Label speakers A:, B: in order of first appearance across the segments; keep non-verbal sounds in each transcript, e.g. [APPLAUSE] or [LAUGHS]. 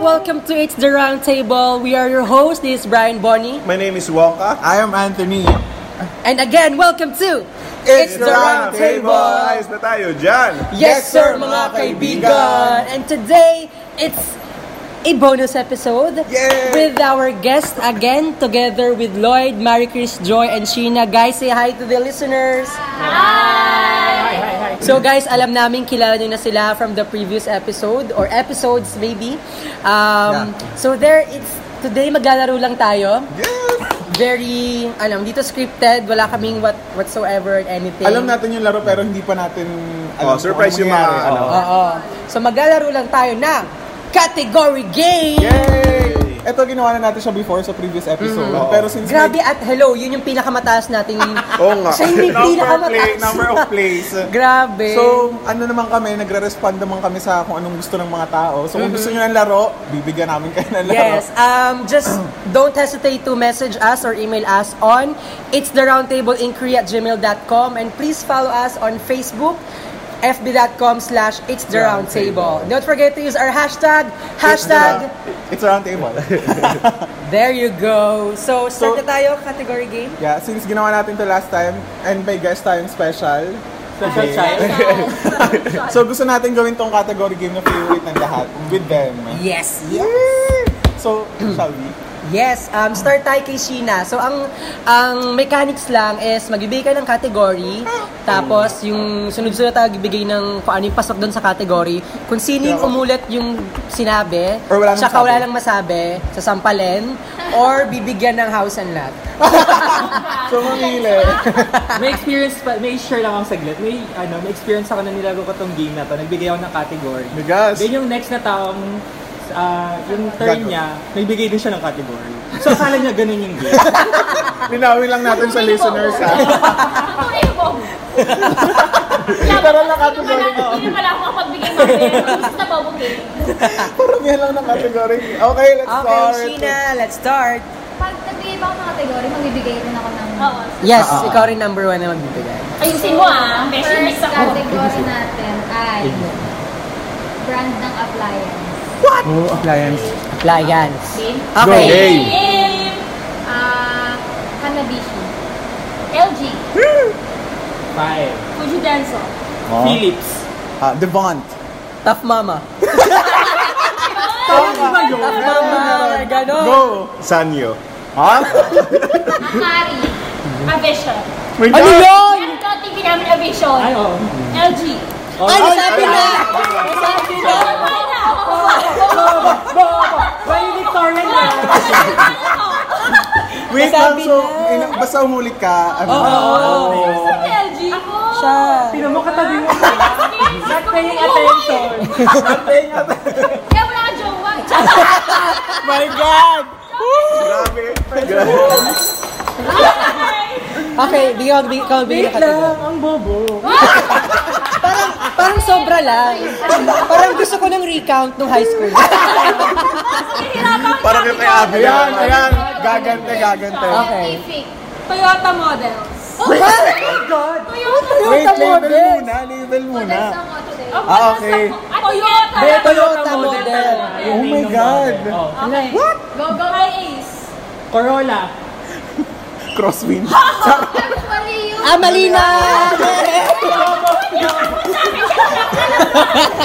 A: welcome to It's the Roundtable. We are your host, this is Brian Bonnie.
B: My name is Ah, Wonka.
C: I am Anthony.
A: And again, welcome to
C: It's the
A: Round
C: Roundtable.
A: Table.
B: Ayos na tayo dyan!
A: Yes,
C: Yes,
A: sir,
C: sir,
A: mga
C: mga
A: kaibigan!
C: kaibigan.
A: And today, it's a bonus episode
B: Yay!
A: with our guest again, together with Lloyd, Mary Chris, Joy, and Sheena. Guys, say hi to the listeners! Hi! So guys, alam namin kilala nyo na sila from the previous episode or episodes maybe. Um,
C: Yeah.
A: So there, it's today maglalaro lang tayo.
B: Yes!
A: Very, alam, dito scripted. Wala kaming what, whatsoever anything.
C: Alam natin yung laro pero hindi pa natin
B: Oh,
C: alam. kung
B: surprise yung
C: ano
B: Oh.
C: mangyayari.
B: Mari, ano.
C: Oo.
A: Oo. So maglalaro lang tayo ng category game.
C: Yay! Ito ginawa na natin siya before sa previous episode.
B: Mhm.
C: Pero since
A: Grabe at hello, yun yung pinakamataas nating
C: [LAUGHS]
B: Oo nga.
A: Siya
B: [LAUGHS]
A: yung
C: number of play,
A: pinakamataas.
C: number of plays.
A: [LAUGHS] Grabe.
C: So, ano naman kami, nagre-respond naman kami sa kung anong gusto ng mga tao. So, kung gusto nyo ng laro, bibigyan namin kayo ng laro.
A: Mm-hmm.
C: [LAUGHS]
A: Yes. Um, just don't hesitate to message us or email us on it's the roundtable in at gmail.com and please follow us on Facebook fb.com slash it's the roundtable. Don't forget to use our hashtag, hashtag,
C: It's around table.
A: there you go. So,
C: So-
A: start na tayo, category game.
C: yeah, since ginawa natin to last time, and may guest tayong special. Special [LAUGHS] so, gusto natin gawin tong category game na favorite ng lahat with them.
A: Yes.
C: Yes! So, shall we?
A: Yes, um, start tayo kay Sheena. So, ang ang mechanics lang is magbibigay ka ng category, tapos yung sunod-sunod tayo bibigay ng kung ano yung pasok doon sa category. Kung sino yung umulat yung sinabi,
C: Or wala nang
A: tsaka wala
C: sabi.
A: lang masabi, sasampalin, or bibigyan ng house and lot.
C: So, mamili.
D: [LAUGHS] may experience pa, may share lang ako saglit. May, ano, may experience ako na nilago ko tong game na to. Nagbigay ako ng category.
C: Bigas.
D: Then yung next na taong, ah, yung turn
C: Gago.
D: niya, nagbigay din siya ng category. So akala niya ganun yung
C: [LAUGHS]
D: game.
C: Linawin lang natin sa listeners, ha?
E: Ako eh, Bob.
C: Literal na category ko.
E: Hindi naman- hindi naman ako kapagbigyan ng pera. Basta Bob, okay?
C: Parang yan lang ng category. Okay, let's
A: Okay,
C: start.
A: Sheena, let's start.
F: Pag nagbigay ba ako ng category, magbibigay din ako ng
E: Oo.
A: Yes,
C: Ah.
A: ikaw rin number one na magbibigay.
E: Ayusin mo ah. First
F: first
E: ako.
F: category natin ay brand ng appliance.
B: Oh,
A: Appliance.
E: Game.
A: Okay.
B: Game.
E: Game.
F: Ah, Um, Hanabishi.
E: LG.
D: Five.
E: Fuji Denso.
A: Oh,
D: Philips.
C: Ah, Devont.
A: Tough mama. Tough mama. Ganon.
C: Go!
B: Sanyo.
C: Ha?
E: Akari. Avision.
C: Wait,
A: Ano yun?
E: Yan ko, TV namin Avision.
D: Ay, oh. oo.
E: LG.
A: Ay, nasabi na! Nasabi na!
E: Ay, na ako.
D: Valedictorian na.
C: Wait lang,
A: Nasabi
C: so,
A: na.
C: ina, basta huli ka. Ano?
A: Oo, oo,
E: Gusto ni LG. Ako.
A: Siya.
D: Tinan mo katabi mo sila. Not paying attention. Not paying
C: [LAUGHS]
D: attention.
E: Kaya wala ka jowa. [LAUGHS]
C: My God! Grabe. Grabe.
A: Okay, bigyan ko, bigyan ko, bigyan
D: Wait
A: ko.
D: lang, ang bobo.
A: Parang, parang sobra lang. parang gusto ko ng recount nung high school.
E: Hirapan ko.
B: Parang yung kay Abby.
C: Ayan, ayan. Gagante, gagante.
A: Okay.
E: Pacific. Toyota models. Toyota.
C: Wait,
A: Toyota
C: label
A: models.
C: muna. Label muna.
F: Models ako today.
C: Ah,
E: Ang walang
C: okay.
E: sakop. At Toyota.
A: Toyota model.
C: Oh my God.
E: Okay. What? Go, go, my ace.
D: Oh. Corolla.
C: Crosswind.
F: Tapos mali yun.
A: Ah, mali na!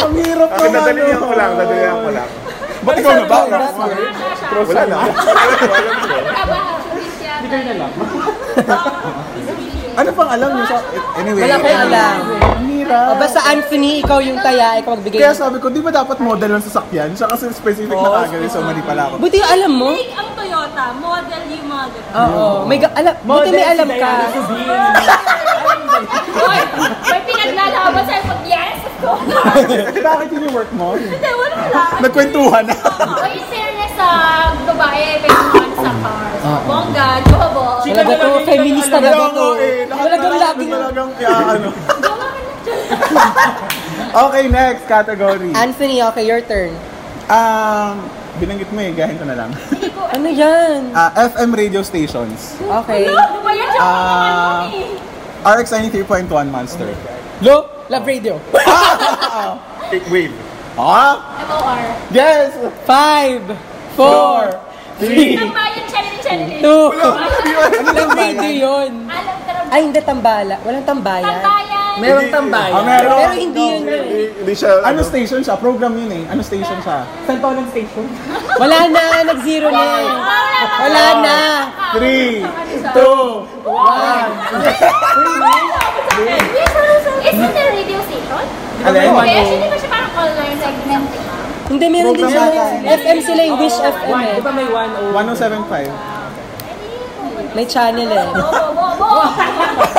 C: Ang hirap
B: Okay,
C: naman.
B: dadalihan Ah, ko lang,
C: nun.
B: dadalihan ko lang.
C: Ba't ikaw
A: Ano
C: na ba?
B: Wala na.
E: Oh.
F: Trabaho. Choice
D: Hindi ko na
F: yata.
D: alam.
C: Ano pang alam niyo sa... Anyway.
A: Wala ko alam.
C: Ang hirap.
A: O, Ah, basta Anthony, ikaw yung taya, ikaw magbigay.
C: Kaya sabi ko, di ba dapat model ng sasakyan? Siya kasi specific na kagawin, so mali pala ako.
A: Buti alam mo.
E: Big ang Toyota. Model yung model.
A: Oo. May ga- alam, buti may alam ka.
E: Hoy, may pinaglalaban sa'yo pag yes, of course.
A: eh,
C: Bakit yun yung work
A: [LAUGHS]
C: mo?
E: Hindi, wala Oh, lang.
C: Nagkwentuhan na.
E: Oy, serious sa ah, babae, may mga sa cars.
B: Ah.
E: Bongga, jobo.
A: Talaga eh. to, feminista na to.
C: eh,
A: Talagang laging
C: Talagang, yeah, ano. Okay, next category.
A: Anthony, okay, your turn.
C: Um, binanggit mo eh, gahin ko na lang. [LAUGHS]
A: Ano yan?
C: Ah, FM radio stations.
A: Okay.
E: Ano ba yan? Tsaka mga ano
C: Ah.
E: eh.
C: RX 93.1 Monster.
A: Lo, love radio.
B: Wave.
A: Oh
C: Ah!
E: OR.
C: Yes!
D: Five, four, three,
E: Ang bayan, channeling, channeling.
D: two.
A: Ano lang
D: Hindi yun.
E: Alam ka rin.
A: Ay, hindi tambala. Walang tambayan.
E: Tambayan.
D: Merong
C: Ah,
D: tambayan.
C: meron.
A: Pero hindi yun yun.
B: Hindi hindi siya,
C: Ano station siya? Program yun eh. Ano station siya?
D: San Paulo Station.
A: Wala na, nag-zero na. Wala na.
C: 3, 2,
E: Isn't there radio station?
C: Alin?
D: Ano?
E: Yes, hindi ba siya parang online segment?
A: Hindi, meron din siya. FM sila yung Wish FM
D: One,
A: eh.
D: di ba may 107?
C: 1075.
A: May channel eh.
E: Bobo, bobo.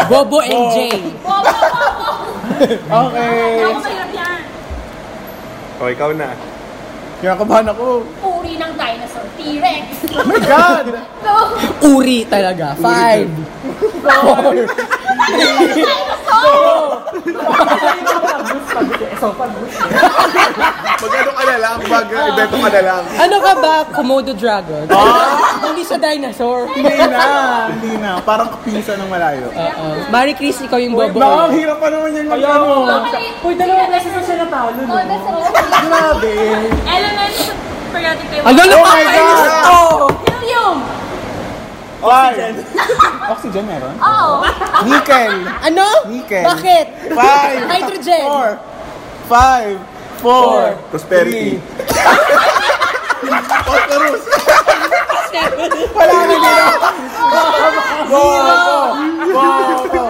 A: Bobo and Jay.
E: Bobo, bobo.
C: Okay.
E: Ako mahirap yan.
B: O, Oh, ikaw na.
C: Kinakabahan ako.
E: Uri ng dinosaur. T-Rex.
C: Oh my God!
E: Go.
A: Uri talaga. Five.
D: So, pag
B: Magkano ka na lang? Mag ibento ka na lang.
A: Ano ka ba? Komodo Dragon?
C: Ah.
A: [LAUGHS] Hindi siya dinosaur.
C: Hindi na. Hindi na. Parang kapinsa ng malayo.
A: Oo. Oh. Mari Chris, ikaw yung bobo.
C: Baka ang hirap pa naman yung
D: Ayaw.
C: mag-ano.
D: Uy, dalawang beses na siya natalo,
E: Oh,
D: no?
E: that's all.
C: Grabe.
G: Elements of periodic table.
A: Ano na
C: Oh
A: pa
C: my God!
A: to?
E: Helium.
C: Five. Oxygen meron?
E: Oo.
C: Nickel.
A: Ano?
C: Nickel.
A: Bakit?
C: Five.
A: Hydrogen.
C: Four. Five. Four.
B: Prosperity.
C: [LAUGHS] three. Wala na dito. Bobo. Bobo.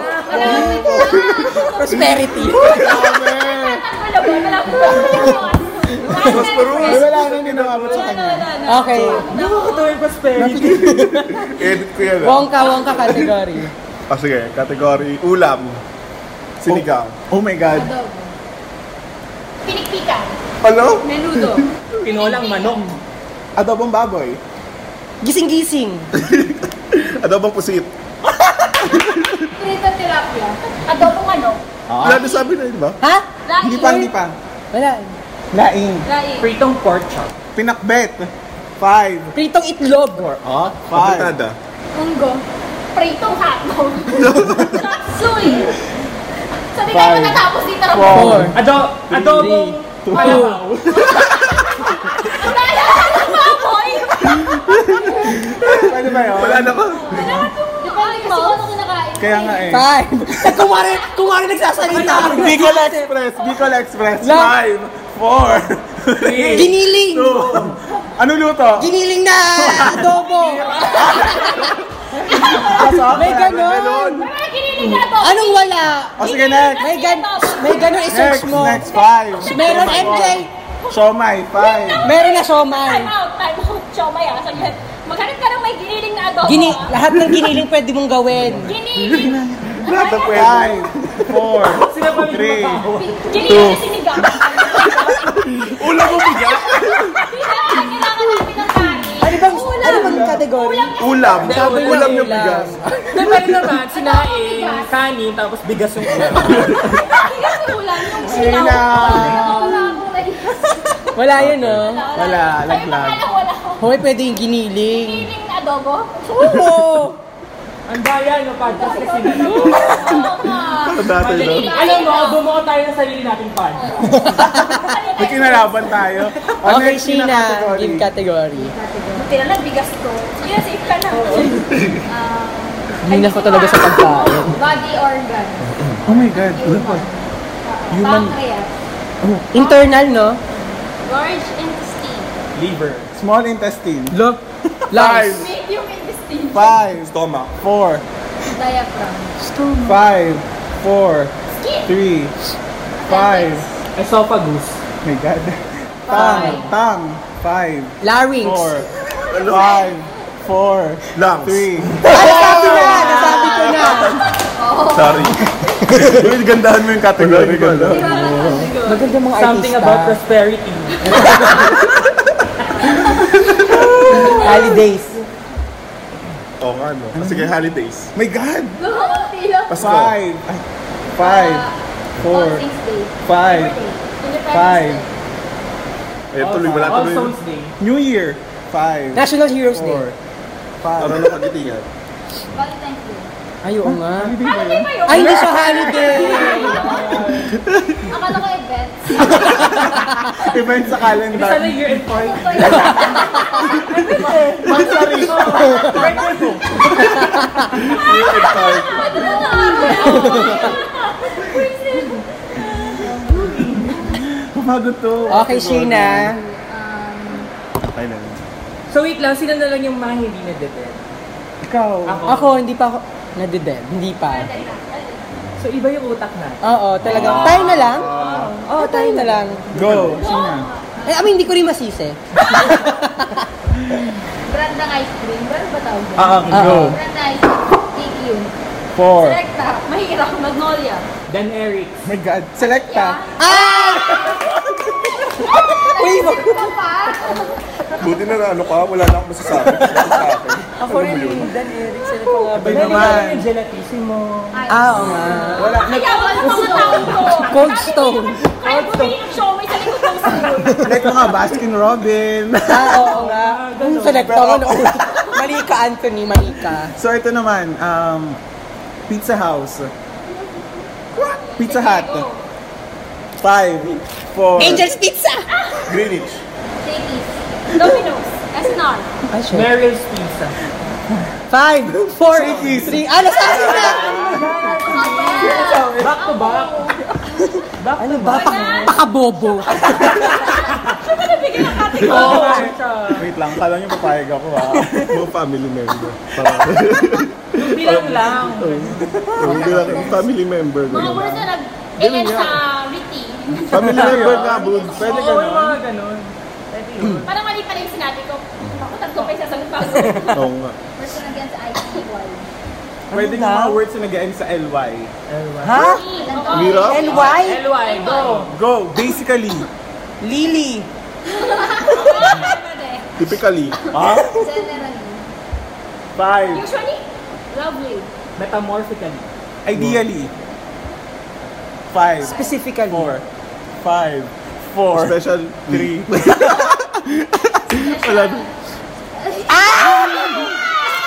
A: Prosperity.
E: Wala ba? Wala ba?
B: Prosperous.
C: Eh, Wala na hindi nakabot sa kanya.
A: Okay.
D: Ano ko ito yung prosperity?
B: Edit ko yan. ah.
A: Wongka, wongka category.
B: O, sige. Category, ulam. Sinigang.
C: Oh my God.
E: Pinikpikan.
B: Ano?
E: Menudo.
D: Pinolang manok.
C: Adobong baboy.
A: Gising-gising.
B: Adobang pusit.
E: Prito tilapia. Adobong manok.
B: Wala na sabi na, di ba?
A: Ha?
E: Laing.
C: Hindi pa, hindi pa.
A: Wala.
C: Laing.
E: Laing.
D: Pritong pork chop.
C: Pinakbet. Five.
A: Pritong itlog.
C: Oh, five.
B: Papitada.
E: Unggo. Pritong hotdog. Chapsuy. So, di tayo
C: Five.
E: natapos dito.
C: Four.
A: Four.
D: Ado, adobong
C: two,
D: palabaw.
E: Wala na baboy.
C: Pwede ba yun?
B: Wala na ka.
E: Di ba yung siguro ko nakain?
C: Kaya nga eh.
A: [LAUGHS] Five. Kumari, kumari nagsasalita.
C: Bicol Express. Bicol Express.
A: Lang.
C: Five. Four. Three.
A: Giniling.
C: Two. Ano luto?
A: Giniling na adobo. May ganon.
E: Wala kinilig na adobo.
A: Anong wala?
C: O sige, next.
A: May gan may ganon
C: Next,
A: i-search mo.
C: next. Five.
A: Meron MJ.
C: Siomay. Five.
A: Meron na siomay.
E: Time out, time out. Chomay ah, saglit. Maghanap ka ng may giniling na adobo.
A: Gini
E: ah.
A: lahat ng giniling pwede mong gawin.
E: Giniling.
B: Lahat na pwede.
C: Five. Four.
D: Sila pa
C: Three.
D: yung matao.
E: Giniling na sinigang.
B: Ulam mo bigat.
E: Kailangan kailangan namin ng kain.
A: Ano bang ano bang category?
B: Ulam. Sabi
A: Ulam
B: ulam
A: na
B: yung bigas.
D: Hindi, pwede naman, sinaing, kanin, tapos bigas yung ulam.
E: Bigas ng ulam yung
C: Sila.
E: sinaw. Wala akong nais.
A: Wala yun, no?
C: Wala,
E: Sabi pa
C: laglag.
E: kaya wala akong
A: Hoy, pwede yung giniling.
E: giniling na adobo.
A: Oo.
D: Ang daya, no, podcast kasi dito.
E: Oo nga.
B: Ang dati, Ah, no?
D: Alam mo, bumuo tayo ng sarili nating podcast.
C: May kinalaban tayo. O,
A: Okay,
C: next, yun ang
A: Sheena,
C: category.
A: give category.
E: Buti na lang, bigas ko. Yes, safe ka na. Ah,
A: Hindi na ako talaga sa pagkain.
E: Oh, Body organ.
C: Oh my God. Ano pa?
E: Human.
C: Human.
E: Pancreas.
A: Internal, no?
E: Large intestine.
D: Liver.
C: Small intestine.
A: Look. Lungs.
E: Medium intestine.
C: Five.
B: Stomach.
C: Four.
E: Diaphragm.
C: Five. Four.
E: Skin.
C: Three. Five.
D: Esophagus.
C: My God. Tang. Tang. Five.
A: Larynx.
C: Four. Five. Four.
B: Lungs.
C: Three.
A: Nasabi na!
C: Ah.
A: Nasabi ko na!
B: [LAUGHS] Sorry. Uy, gandahan mo yung category. Ganda.
A: Maganda mga
D: Something about prosperity.
A: Holidays.
B: Oo nga, no? Sige, holidays.
C: My God.
E: Tila. Oh,
B: Pasko.
C: Five. Ay, Five. Four.
E: All Saints Day.
C: Five.
E: Independence
C: Five.
E: Day.
B: Eh, tuloy. Wala
D: All
B: tuloy.
D: Souls Day.
C: New Year. Five.
A: National Heroes Day.
C: Four. Five.
B: Ano na kagitingan?
E: Valentine's Day.
D: Ay, oo nga.
E: Holiday ba yun?
A: Ay, hindi siya holiday!
E: Akala ko events.
C: Event sa
D: Hindi sana
C: calendar.
D: year-end [LAUGHS] party.
C: Pumagod to.
A: Okay, Sheena.
B: Okay na.
D: So wait lang, sino na lang yung mga hindi na-detect?
A: Ikaw.
D: Ako.
A: Ako, hindi pa ako nadedel. Hindi pa.
D: So iba yung utak na.
A: Oo, talagang. Tayo na lang? Oo, tayo na lang.
C: Go, Sheena.
A: Eh, I mean, hindi ko rin masisi.
E: Brand ng ice cream. Brand ba tawag doon?
B: Ah, ah, go.
E: Brand ng ice cream. Thank you.
C: Four.
E: Selecta. Mahirap. Magnolia.
D: Dan Eric.
C: Oh My God. Selecta.
A: Ah! Uy, wag-
E: Papa.
B: Buti na na ano ka, wala na akong masasabi. Sa akin.
A: Ako rin, Dan Eric, sila pa nga ba?
C: Iba
D: Pwede
C: naman.
D: yung gelatissimo.
A: Ah, oo nga.
C: Wala. Nag-
E: Kaya wala mga tao ko.
A: Cold stone.
E: Kaya bumili ng siomay sa likod ng school.
C: like mga Baskin Robin.
A: Ah, oo nga. Yung select ako na Mali ka, Anthony, mali ka.
C: [LAUGHS] So ito naman, um, Pizza House. Pizza Hut. Five, four.
A: Angel's Pizza!
B: Greenwich.
E: Ladies. Domino's. SNR.
A: Ah, shit.
D: Meryl's Pizza.
A: [LAUGHS] Five, four, three. Ah, nasa akin na!
D: Back to back. Back
A: Ano
D: to
A: ba? Pa- Pakabobo.
D: back.
B: Wait lang, kala niyo papayag ako ha. [LAUGHS] Mga family member. Parang,
D: Bilang lang.
B: hindi lang, family member.
E: Mga words na nag Ganyan sa Riti.
B: Family member ka, bud. Pwede ka
D: Oo,
B: na.
D: yung mga ganun. Pwede yun.
E: Parang mali pala yung sinabi ko. Ako tatlo pa yung sasagot pa ako.
B: Oo nga.
E: Words na nag sa IT.
C: Pwede yung
A: ah.
C: mga words na nag-end sa LY.
A: Ano Ha?
B: Mira?
A: NY?
D: LY, go.
C: Go,
B: [LAUGHS]
C: basically.
A: Lily.
B: Typically.
E: Generally.
C: Five,
E: Usually, lovely.
D: Metamorphically.
C: ideally. Five,
A: Specifically.
C: four, five, four.
B: Special
C: Three.
A: Ah!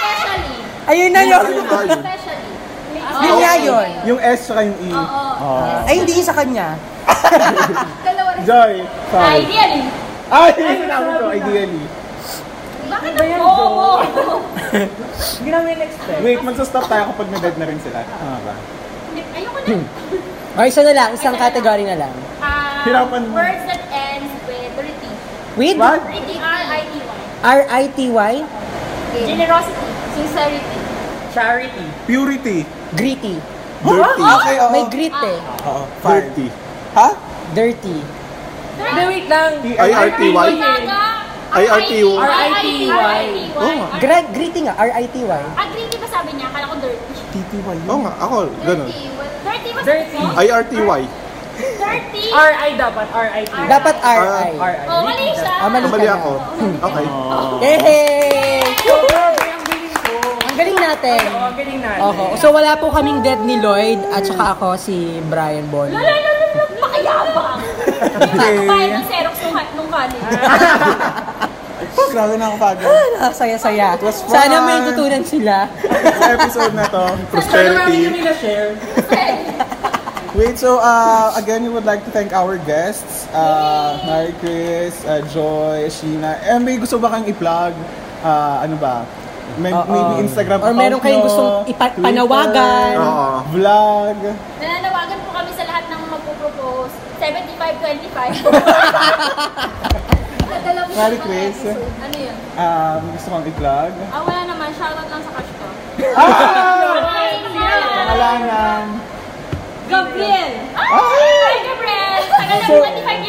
E: Especially.
A: Ayun na yun.
E: Especially.
A: Yun nga yun.
C: yung S tsaka yung E.
E: Oo.
A: Ay, hindi yun sa kanya.
E: Dalawa rin.
C: Joy. Five.
E: Ideally.
C: Ay! Sinabi ko, ideally.
E: Bakit
D: Ba yan,
E: ako? Oo.
D: Hindi namin expect.
C: Wait, magsa-stop tayo kapag na-dead na rin sila. Tama ba?
E: Ayoko na.
A: Okay, isa na lang. Isang category na lang.
E: Ah,
C: Hirapan mo.
E: Words that ends with Riti.
A: With
C: What?
E: Riti, R-I-T-Y.
A: R-I-T-Y,
E: Generosity. Sincerity.
D: Charity.
C: Purity.
A: gritty.
B: Dirty.
C: Okay, oo.
A: May grit eh.
C: Oo, five.
B: Dirty.
C: Ha?
A: Dirty.
D: Hindi, wait lang.
B: IRTY. IRTY.
E: R-I-T-Y.
A: Gra- gritty nga, R-I-T-Y.
E: Agree di Ah, ba sabi niya? Akala ko dirty.
C: TTY.
B: Oo nga, ako, ganun.
E: Dirty. was- Dirty was
D: Dirty. Ah,
B: IRTY.
E: Dirty.
D: RI dapat, RIT.
A: Dapat R-I.
D: RI.
E: Oh, mali siya.
A: Ah, mali
B: Kamali
A: ka
B: ako.
A: na.
B: Okay.
A: Yay!
D: So, grabe, ang bilis ko.
A: Ang Oh, galing natin.
D: Oo, ang galing natin.
A: Okay. So wala po kaming dead ni Lloyd at saka ako si Brian Bon.
E: Lala, lala, lala, makayabang. Yung mga ng Xerox nung, nung college.
C: Grabe na ako pagod. [LAUGHS]
A: Ah, saya-saya.
C: was fun.
A: Sana may tutunan sila.
C: Sa episode na to.
D: Sana marami
B: Prosperity.
D: kami na-share.
C: Wait, so uh, again, we would like to thank our guests. Uh, Mary Chris, uh, Joy, Sheena. Eh, may gusto ba kang i-plug? Uh, ano ba? May,
A: Oo.
C: maybe Instagram
A: Or meron
C: account
A: kayong
C: nyo,
A: gustong ipa- panawagan?
B: Oo.
C: Vlog.
E: Nananawagan po kami sa lahat ng magpo-propose. 75-25. Nadala mo
C: Mari,
E: sa mga
C: Chris.
E: episode. Ano yun?
C: Um, gusto kong i-plug.
E: Ah, wala naman. Shoutout lang sa crush ko.
C: Alangan.
E: Gabriel! Ah! Hi, Gabriel! Tagal na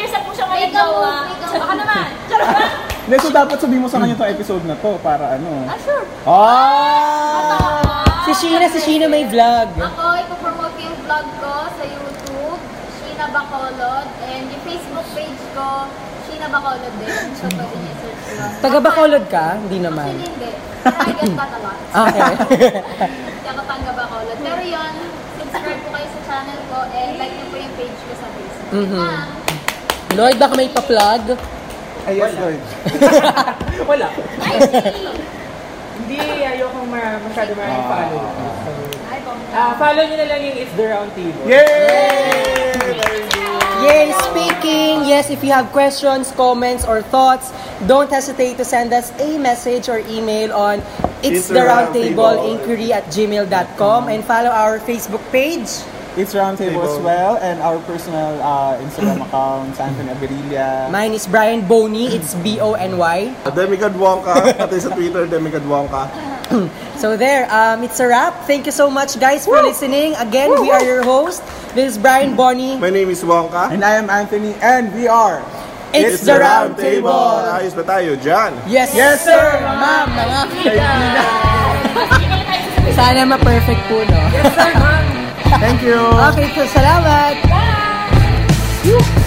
E: 25 years na po siya ngayon.
F: Ikaw,
E: jowa.
F: ikaw.
E: Baka naman. Charot lang.
C: Hindi, so dapat sabihin mo sa kanya itong episode na to para ano.
E: Ah, sure.
C: Ah!
A: Si Sheena, si Sheena may vlog.
F: Ako, ipopromote ko yung vlog ko sa YouTube, Sheena Bacolod, and yung Facebook page ko, Sheena Bacolod din. So, pwede niyo search yun.
A: Taga Bacolod ka? Hindi naman.
F: Actually, hindi. Pero I get that a lot.
A: [LAUGHS] Okay.
F: Kaya kapanga Bacolod. Pero yun, subscribe po kayo sa channel ko, and like niyo po yung page ko sa Facebook.
A: Mm-hmm.
F: Ah,
A: Lloyd, baka may pa-plug?
C: Ay, yes, Lord.
D: Wala.
E: Ay, si
D: Hindi, ayoko ma- masyado maraming follow. So,
F: Ay,
D: Ah, follow nyo na lang yung It's the Round Table.
A: Yay speaking! Yes, if you have questions, comments, or thoughts, don't hesitate to send us a message or email on it's,
B: It's
A: the
B: the
A: roundtable
B: Roundtable.
A: inquiry at gmail.com and follow our Facebook page.
C: It's Roundtable as well and our personal uh, Instagram accounts, Anthony Averilla.
A: Mine is Brian Boney, it's B O N Y.
B: Demigod Wonka, pati sa Twitter, Demigod Wonka.
A: So there, um, it's a wrap. Thank you so much, guys, for listening. Again, we are your hosts. This is Brian Boney.
B: My name is Wonka.
C: And I am Anthony and we are
A: It's, the
B: Round
A: Roundtable.
B: Table. Ayos ba tayo dyan?
A: Yes, yes sir, ma'am, mga kaibigan. Sana ma-perfect po, no?
C: Thank you!
A: Okay, so salamat.
E: Bye!
A: Yuh!